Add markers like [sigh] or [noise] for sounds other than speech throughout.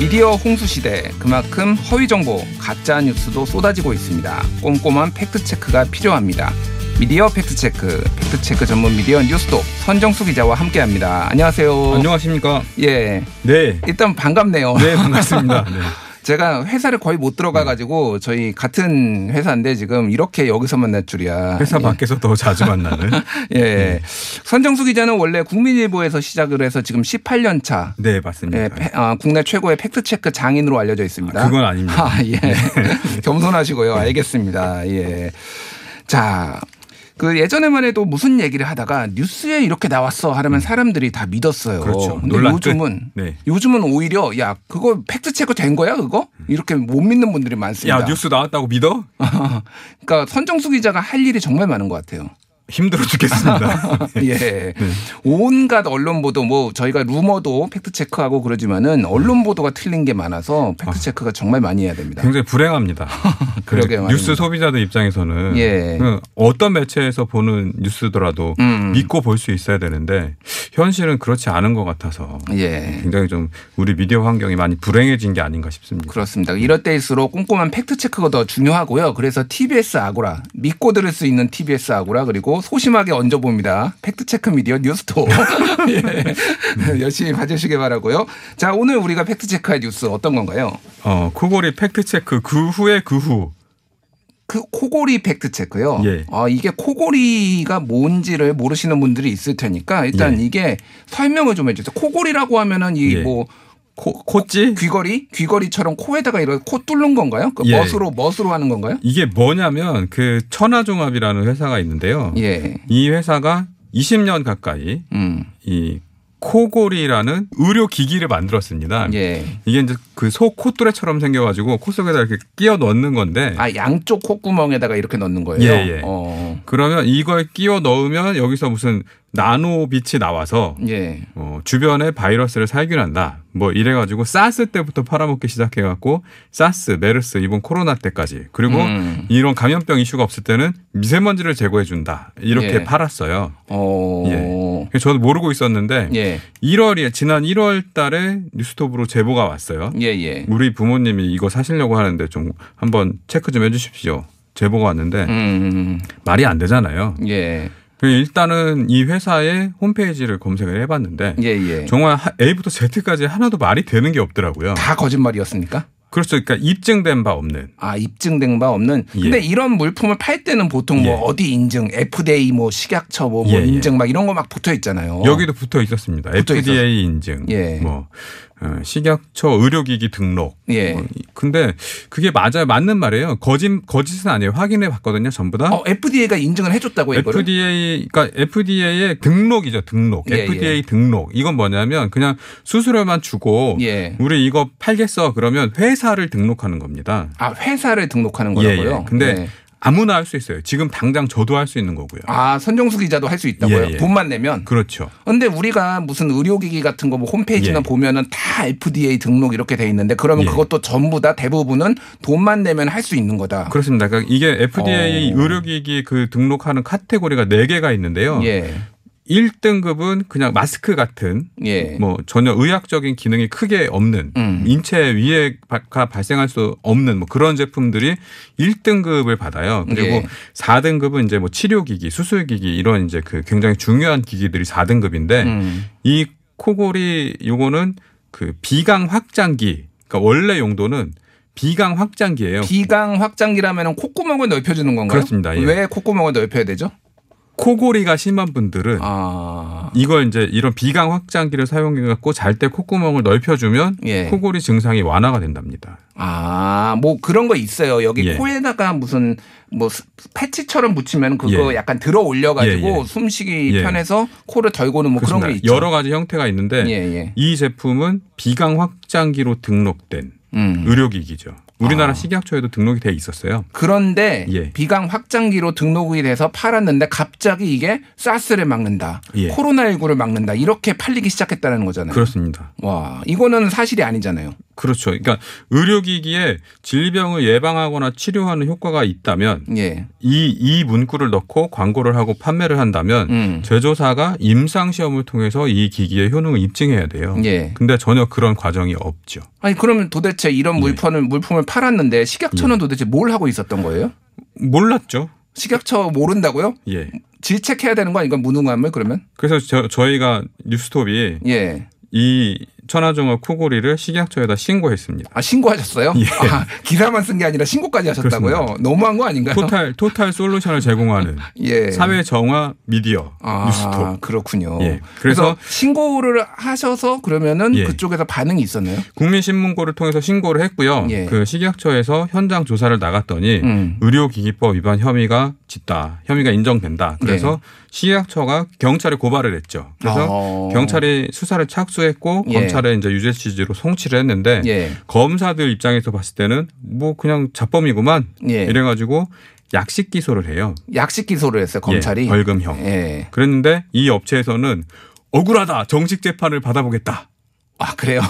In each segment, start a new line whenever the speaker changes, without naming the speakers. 미디어 홍수 시대 그만큼 허위 정보, 가짜 뉴스도 쏟아지고 있습니다. 꼼꼼한 팩트 체크가 필요합니다. 미디어 팩트 체크, 팩트 체크 전문 미디어 뉴스톱 선정수 기자와 함께합니다. 안녕하세요.
안녕하십니까?
예,
네.
일단 반갑네요.
네, 반갑습니다. 네.
제가 회사를 거의 못 들어가가지고 저희 같은 회사인데 지금 이렇게 여기서 만날 줄이야.
회사 밖에서 더 자주 만나는.
예. 선정수 기자는 원래 국민일보에서 시작을 해서 지금 18년 차.
네,
예,
맞습니다.
패- 아, 국내 최고의 팩트체크 장인으로 알려져 있습니다.
아, 그건 아닙니다.
아, 예. [laughs] 겸손하시고요. 알겠습니다. 예. 자. 그 예전에만 해도 무슨 얘기를 하다가 뉴스에 이렇게 나왔어 하려면 사람들이 다 믿었어요.
음. 그렇죠.
근데
논란 끝.
요즘은
네.
요즘은 오히려 야 그거 팩트 체크 된 거야 그거 이렇게 못 믿는 분들이 많습니다.
음. 야, 뉴스 나왔다고 믿어?
[laughs] 그러니까 선정수 기자가 할 일이 정말 많은 것 같아요. [laughs]
힘들어 죽겠습니다.
예. 온갖 언론 보도 뭐 저희가 루머도 팩트 체크하고 그러지만은 언론 보도가 틀린 게 많아서 팩트 체크가 정말 많이 해야 됩니다.
굉장히
[laughs]
불행합니다.
그러게요,
그 뉴스
말입니다.
소비자들 입장에서는
예.
그 어떤 매체에서 보는 뉴스더라도
음.
믿고 볼 수 있어야 되는데 현실은 그렇지 않은 것 같아서
예.
굉장히 좀 우리 미디어 환경이 많이 불행해진 게 아닌가 싶습니다.
그렇습니다. 이럴 때일수록 꼼꼼한 팩트 체크가 더 중요하고요. 그래서 TBS 아고라 믿고 들을 수 있는 TBS 아고라 그리고 소심하게 얹어 봅니다. 팩트 체크 미디어 [laughs] 뉴스토 예. 열심히 봐주시기 바라고요. 자 오늘 우리가 팩트 체크할 뉴스 어떤 건가요?
어, 코골이 팩트체크 그 후에 그 후.
그 코골이 팩트 체크요.
예.
아, 이게 코골이가 뭔지를 모르시는 분들이 있을 테니까 일단 이게 설명을 좀 해주세요. 코골이라고 하면은 이
네. 예.
뭐
코, 코찌?
귀걸이 귀걸이처럼 코에다가 이런 코 뚫는 건가요? 그
예.
멋으로 멋으로 하는 건가요?
이게 뭐냐면 그 천하종합이라는 회사가 있는데요.
예.
이 회사가 20년 가까이
음.
이 코골이라는 의료 기기를 만들었습니다.
예.
이게 이제 그 소 콧뚜레처럼 생겨가지고 코 속에다 이렇게 끼워 넣는 건데
아 양쪽 콧구멍에다가 이렇게 넣는 거예요.
예, 예.
어.
그러면 이걸 끼워 넣으면 여기서 무슨 나노 빛이 나와서
예.
어, 주변에 바이러스를 살균한다. 뭐 이래가지고 사스 때부터 팔아먹기 시작해갖고 사스, 메르스, 이번 코로나 때까지 그리고
음.
이런 감염병 이슈가 없을 때는 미세먼지를 제거해준다. 이렇게
예.
팔았어요.
어. 예.
그래서 저도 모르고 있었는데
예.
1월이 지난 1월 달에 뉴스톱으로 제보가 왔어요.
예. 예.
우리 부모님이 이거 사시려고 하는데 좀 한번 체크 좀 해주십시오. 제보가 왔는데
음.
말이 안 되잖아요.
예.
그래서 일단은 이 회사의 홈페이지를 검색을 해봤는데
예. 예.
정말 하- A부터 Z까지 하나도 말이 되는 게 없더라고요.
다 거짓말이었습니까?
그렇죠. 그러니까 입증된 바 없는.
아 입증된 바 없는.
예.
근데 이런 물품을 팔 때는 보통 뭐
예.
어디 인증, FDA 뭐 식약처 뭐, 뭐
예, 예.
인증 막 이런 거 막 붙어 있잖아요.
여기도 붙어 있었습니다.
붙어
FDA 인증,
예.
뭐 어, 식약처 의료기기 등록.
예.
뭐, 이- 근데 그게 맞아요. 맞는 말이에요. 거짓 거짓은 아니에요. 확인해 봤거든요. 전부 다.
어, FDA가 인증을 해줬다고 이거를.
FDA, 그러니까 FDA의 등록이죠, 등록.
예,
FDA 등록. 이건 뭐냐면 그냥 수수료만 주고
예.
우리 이거 팔겠어 그러면 회사를 등록하는 겁니다.
아 회사를 등록하는
예,
거라고요.
예. 근데
네.
아무나 할 수 있어요. 지금 당장 저도 할 수 있는 거고요.
아 선정수 기자도 할 수 있다고요.
예, 예.
돈만 내면.
그렇죠.
근데 우리가 무슨 의료기기 같은 거 뭐 홈페이지나
예.
보면은 다 FDA 등록 이렇게 돼 있는데 그러면
예.
그것도 전부 다 대부분은 돈만 내면 할 수 있는 거다.
그렇습니다. 그러니까 이게 FDA
어.
의료기기 그 등록하는 카테고리가 네개가 있는데요.
예.
일 1등급은 그냥 마스크 같은
예.
뭐 전혀 의학적인 기능이 크게 없는
음.
인체 위에 가 발생할 수 없는 뭐 그런 제품들이 1등급을 받아요. 그리고
예.
4등급은 이제 뭐 치료기기, 수술기기 이런 이제 그 굉장히 중요한 기기들이 4등급인데
음.
이 코골이 요거는 그 비강 확장기. 그러니까 원래 용도는 비강 확장기예요.
비강 확장기라면 콧구멍을 넓혀주는 건가요?
네. 그렇습니다. 예.
왜 콧구멍을 넓혀야 되죠?
코골이가 심한 분들은
아,
이걸 이제 이런 비강 확장기를 사용해 갖고 잘 때 콧구멍을 넓혀주면
예.
코골이 증상이 완화가 된답니다.
아, 뭐 그런 거 있어요. 여기
예.
코에다가 무슨 뭐 스- 패치처럼 붙이면 그거
예.
약간 들어 올려가지고
예, 예.
숨쉬기
예.
편해서 코를 덜고는 뭐 그런 게
그렇습니다.
있죠.
여러 가지 형태가 있는데
예, 예.
이 제품은 비강 확장기로 등록된
음.
의료기기죠. 우리나라 식약처에도 등록이 돼 있었어요.
그런데
예.
비강 확장기로 등록이 돼서 팔았는데 갑자기 이게 사스를 막는다,
예.
코로나19를 막는다 이렇게 팔리기 시작했다는 거잖아요.
그렇습니다.
와, 이거는 사실이 아니잖아요.
그렇죠. 그러니까 의료기기에 질병을 예방하거나 치료하는 효과가 있다면
예.
이 이 문구를 넣고 광고를 하고 판매를 한다면
음.
제조사가 임상 시험을 통해서 이 기기의 효능을 입증해야 돼요.
예.
근데 전혀 그런 과정이 없죠.
아니 그러면 도대체
네.
이런 물품을 물품을 팔았는데 식약처는 도대체 뭘 하고 있었던 거예요?
몰랐죠.
식약처 모른다고요?
예.
질책해야 되는 거 아닌가 무능함을 그러면?
그래서 저, 저희가 뉴스톱이
예.
이 천하종합 코골이를 식약처에다 신고했습니다.
아 신고하셨어요?
예.
아, 기사만 쓴 게 아니라 신고까지 하셨다고요? 너무한 거 아닌가요?
토탈 토탈 솔루션을 제공하는
예.
사회 정화 미디어
아,
뉴스톱.
그렇군요.
예.
그래서,
그래서-
신고를 하셔서 그러면은
예.
그쪽에서 반응이 있었나요?
국민신문고를 통해서 신고를 했고요.
예.
그 식약처에서 현장 조사를 나갔더니
음.
의료기기법 위반 혐의가 짙다. 혐의가 인정된다.
네.
그래서 식약처가 경찰에 고발을 했죠. 그래서
어.
아. 경찰이 수사를 착수했고
예.
검찰에 이제 유죄 취지로 송치를 했는데
예.
검사들 입장에서 봤을 때는 뭐 그냥 자범이구만
예.
이래가지고 약식 기소를 해요.
약식 기소를 했어요 검찰이.
예, 벌금형.
예.
그랬는데 이 업체에서는 억울하다. 정식 재판을
[laughs]
받아보겠다. 예,
아 그래요?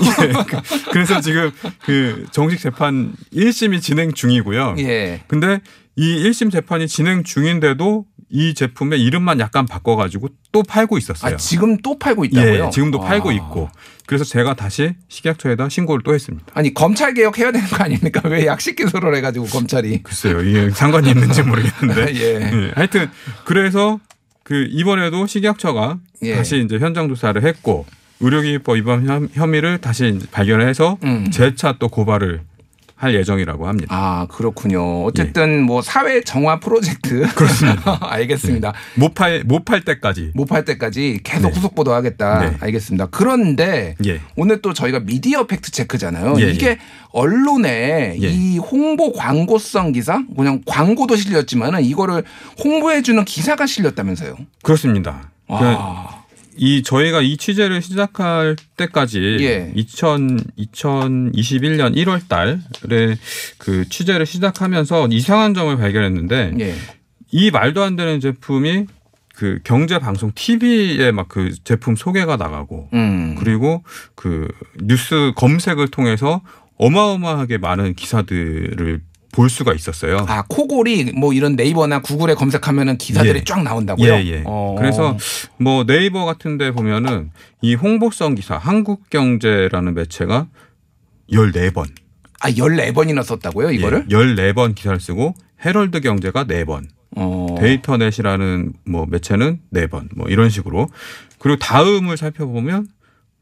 그래서 지금 그 정식 재판 1심이 진행 중이고요.
[laughs] 예.
근데 이 1심 재판이 진행 중인데도 이 제품의 이름만 약간 바꿔가지고 또 팔고 있었어요.
아 지금 또 팔고 있다고요?
예, 지금도 팔고
아.
있고. 그래서 제가 다시 식약처에다 신고를 또 했습니다.
아니 검찰 개혁 해야 되는 거 아닙니까? 왜 약식 기소를 해가지고 검찰이?
글쎄요, 이게 상관이 있는지 모르겠는데.
[laughs] 예.
예, 하여튼 그래서 그 이번에도 식약처가
예.
다시 이제 현장 조사를 했고 의료기기법 위반 혐- 혐의를 다시 이제 발견해서
음.
재차 또 고발을 할 예정이라고 합니다.
아 그렇군요. 어쨌든 뭐 사회 정화 프로젝트.
그렇습니다.
[laughs] 알겠습니다. 예.
못 팔 못 팔 때까지.
못 팔 때까지 계속
네.
후속 보도하겠다.
네.
알겠습니다. 그런데
예.
오늘 또 저희가 미디어 팩트 체크잖아요.
예,
이게 언론에
예.
이 홍보 광고성 기사 그냥 광고도 실렸지만은 이거를 홍보해주는 기사가 실렸다면서요.
그렇습니다. 그러니까
아,
이 저희가 이 취재를 시작할 때까지
예.
2000 2021년 1월 달에 그 취재를 시작하면서 이상한 점을 발견했는데
예.
이 말도 안 되는 제품이 그 경제 방송 TV에 막 그 제품 소개가 나가고
음.
그리고 그 뉴스 검색을 통해서 어마어마하게 많은 기사들을 볼 수가 있었어요.
아 코골이 뭐 이런 네이버나 구글에 검색하면은 기사들이
예.
쫙 나온다고요.
예, 예.
어.
그래서 뭐 네이버 같은 데 보면은 이 홍보성 기사 한국경제라는 매체가 14번.
아 14번이나 썼다고요, 이거를?
예, 14번 기사를 쓰고 헤럴드 경제가 4번.
어.
데이터넷이라는 뭐 매체는 4번. 뭐 이런 식으로. 그리고 다음을 살펴보면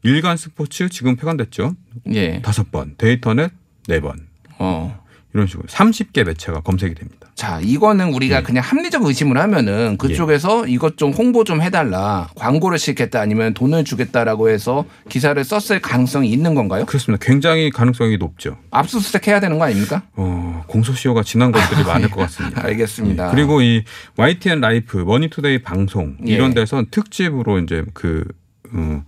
일간 스포츠 지금 폐간됐죠.
예.
5번. 데이터넷 4번.
어.
이런 식으로 30개 매체가 검색이 됩니다.
자, 이거는 우리가
예.
그냥 합리적 의심을 하면은 그쪽에서 이것 좀 홍보 좀 해달라, 광고를 시겠다 아니면 돈을 주겠다라고 해서 기사를 썼을 가능성이 있는 건가요?
그렇습니다. 굉장히 가능성이 높죠.
압수수색 해야 되는 거 아닙니까?
어, 공소시효가
[laughs]
지난 것들이 많을 것 같습니다.
알겠습니다.
예, 그리고 이 YTN 라이프, 머니투데이 방송
예.
이런 데선 특집으로 이제 그 음,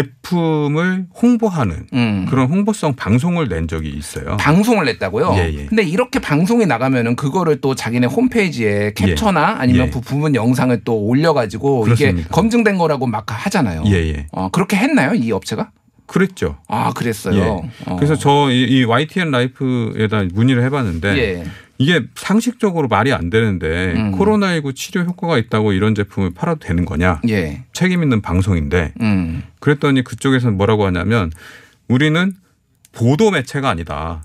제품을 홍보하는
음.
그런 홍보성 방송을 낸 적이 있어요.
방송을 냈다고요?
예, 예.
근데 이렇게 방송이 나가면은 그거를 또 자기네 홈페이지에 캡처나 아니면
예.
그 부분 영상을 또 올려가지고 이게
그렇습니다.
검증된 거라고 막 하잖아요.
예, 예.
어, 그렇게 했나요? 이 업체가?
그랬죠.
아, 그랬어요.
예.
어.
그래서 저 이 YTN 라이프에다 문의를 해봤는데
예.
이게 상식적으로 말이 안 되는데
음.
코로나19 치료 효과가 있다고 이런 제품을 팔아도 되는 거냐?
예.
책임 있는 방송인데
음.
그랬더니 그쪽에서는 뭐라고 하냐면 우리는 보도 매체가 아니다.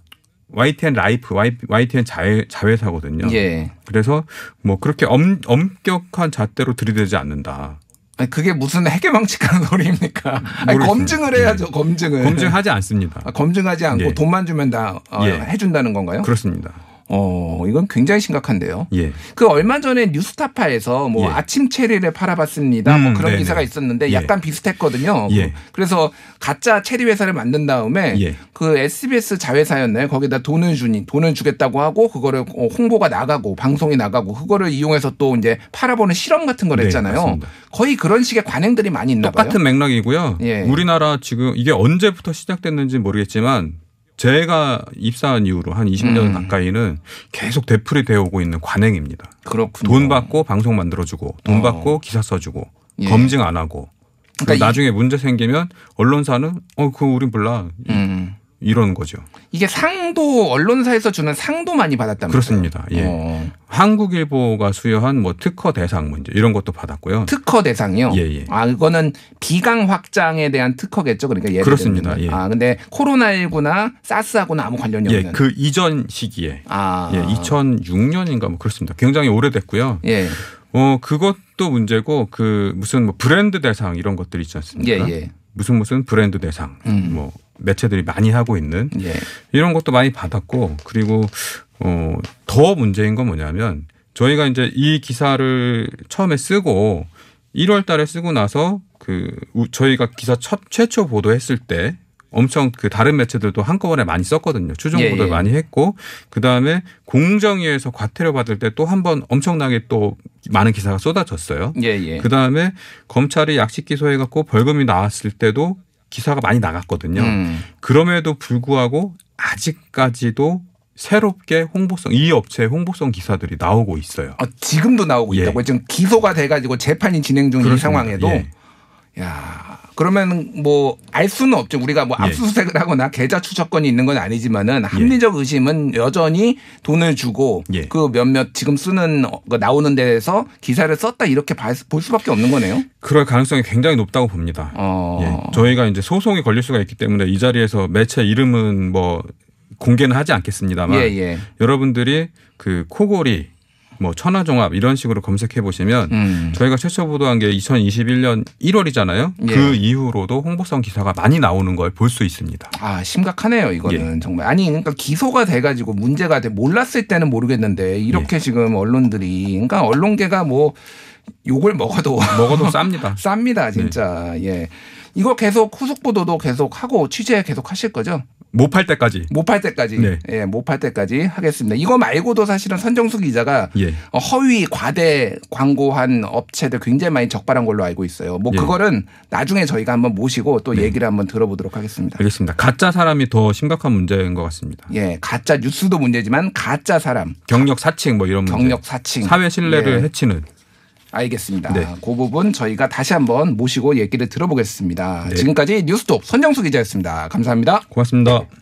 YTN 라이프, Y- YTN 자회, 자회사거든요.
예.
그래서 뭐 그렇게 엄, 엄격한 잣대로 들이대지 않는다.
아니, 그게 무슨 해괴망측한 [laughs] 소리입니까? 아니,
모르겠습니다. 예.
검증을 해야죠, 검증을.
검증하지 않습니다.
네. 아, 검증하지 않고
예.
돈만 주면 다 어,
예.
해준다는 건가요?
그렇습니다.
어, 이건 굉장히 심각한데요.
예.
그 얼마 전에 뉴스타파에서 뭐
예.
아침 체리를 팔아봤습니다. 뭐
음,
그런
네네.
기사가 있었는데
예.
약간 비슷했거든요.
예.
그래서 가짜 체리 회사를 만든 다음에
예.
그 SBS 자회사였나요? 거기다 돈을 주니 돈을 주겠다고 하고 그거를 어, 홍보가 나가고 방송이 나가고 그거를 이용해서 또 이제 팔아보는 실험 같은 걸
네,
했잖아요.
맞습니다.
거의 그런 식의 관행들이 많이 있나 봐요.
똑같은 맥락이고요.
예.
우리나라 지금 이게 언제부터 시작됐는지 모르겠지만 제가 입사한 이후로 한 20년
음.
가까이는 계속 되풀이 되어 오고 있는 관행입니다.
그렇군요.
돈 받고 방송 만들어주고 돈
어.
받고 기사 써주고
예.
검증 안 하고 그리고
그러니까 이-
나중에 문제 생기면 언론사는 어 그거 우린 몰라
음.
이런 거죠.
이게 상도 언론사에서 주는 상도 많이 받았다면서요?
그렇습니다. 예.
음. 어,
한국일보가 수여한 뭐 특허 대상 문제 이런 것도 받았고요.
특허 대상이요.
예, 예.
아 이거는 비강 확장에 대한 특허겠죠. 그러니까 예를
그렇습니다.
들면.
예.
아 근데 코로나19나 사스하고는 아무 관련이
예,
없는.
그 이전 시기에
아
예, 2006년인가 뭐 그렇습니다. 굉장히 오래됐고요.
예.
어 그것도 문제고 그 무슨 뭐 브랜드 대상 이런 것들 있지 않습니까?
예, 예.
무슨 무슨 브랜드 대상
음.
그러니까 뭐 매체들이 많이 하고 있는
예.
이런 것도 많이 받았고 그리고 어 더 문제인 건 뭐냐면 저희가 이제 이 기사를 처음에 쓰고 1월 달에 쓰고 나서 그 우- 저희가 기사 첫 최초 보도했을 때 엄청 그 다른 매체들도 한꺼번에 많이 썼거든요. 추정
예,
보도를
예.
많이 했고 그다음에 공정위에서 과태료 받을 때 또 한 번 엄청나게 또 많은 기사가 쏟아졌어요.
예, 예.
그다음에 검찰이 약식 기소해 갖고 벌금이 나왔을 때도 기사가 많이 나갔거든요.
음.
그럼에도 불구하고 아직까지도 새롭게 홍보성 이 업체의 홍보성 기사들이 나오고 있어요.
어, 지금도 나오고
예.
있다고 지금 기소가 돼가지고 재판이 진행 중인
그렇습니다.
상황에도
예.
야 그러면 뭐 알 수는 없죠. 우리가 뭐
예.
압수수색을 하거나 계좌 추적권이 있는 건 아니지만은 합리적 의심은 여전히 돈을 주고
예.
그 몇몇 지금 쓰는 어, 그 나오는 데에서 기사를 썼다 이렇게 봐- 볼 수밖에 없는 거네요.
그럴 가능성이 굉장히 높다고 봅니다.
어.
예. 저희가 이제 소송이 걸릴 수가 있기 때문에 이 자리에서 매체 이름은 뭐 공개는 하지 않겠습니다만
예, 예.
여러분들이 그 코골이 뭐 천하종합 이런 식으로 검색해 보시면
음.
저희가 최초 보도한 게 2021년 1월이잖아요.
예.
그 이후로도 홍보성 기사가 많이 나오는 걸 볼 수 있습니다.
아 심각하네요 이거는
예.
정말 아니 그러니까 기소가 돼가지고 문제가 돼 몰랐을 때는 모르겠는데 이렇게
예.
지금 언론들이 그러니까 언론계가 뭐 욕을 먹어도
먹어도
[laughs]
쌉니다. 네.
쌉니다 진짜 예 이거 계속 후속 보도도 계속 하고 취재 계속 하실 거죠
못 팔 때까지.
못 팔 때까지
네.
예 못 팔 때까지 하겠습니다 이거 말고도 사실은 선정수 기자가
예.
어, 허위 과대 광고한 업체들 굉장히 많이 적발한 걸로 알고 있어요 뭐
예. 네.
그거는 나중에 저희가 한번 모시고 또 얘기를 한번 들어보도록 하겠습니다.
알겠습니다. 가짜 사람이 더 심각한 문제인 것 같습니다.
예, 가짜 뉴스도 문제지만 가짜 사람,
경력 사칭 뭐 이런 문제.
경력 사칭,
사회 신뢰를
예,
해치는
알겠습니다.
네.
그 부분 저희가 다시 한번 모시고 얘기를 들어보겠습니다.
네.
지금까지 뉴스톱 선정수 기자였습니다. 감사합니다.
고맙습니다.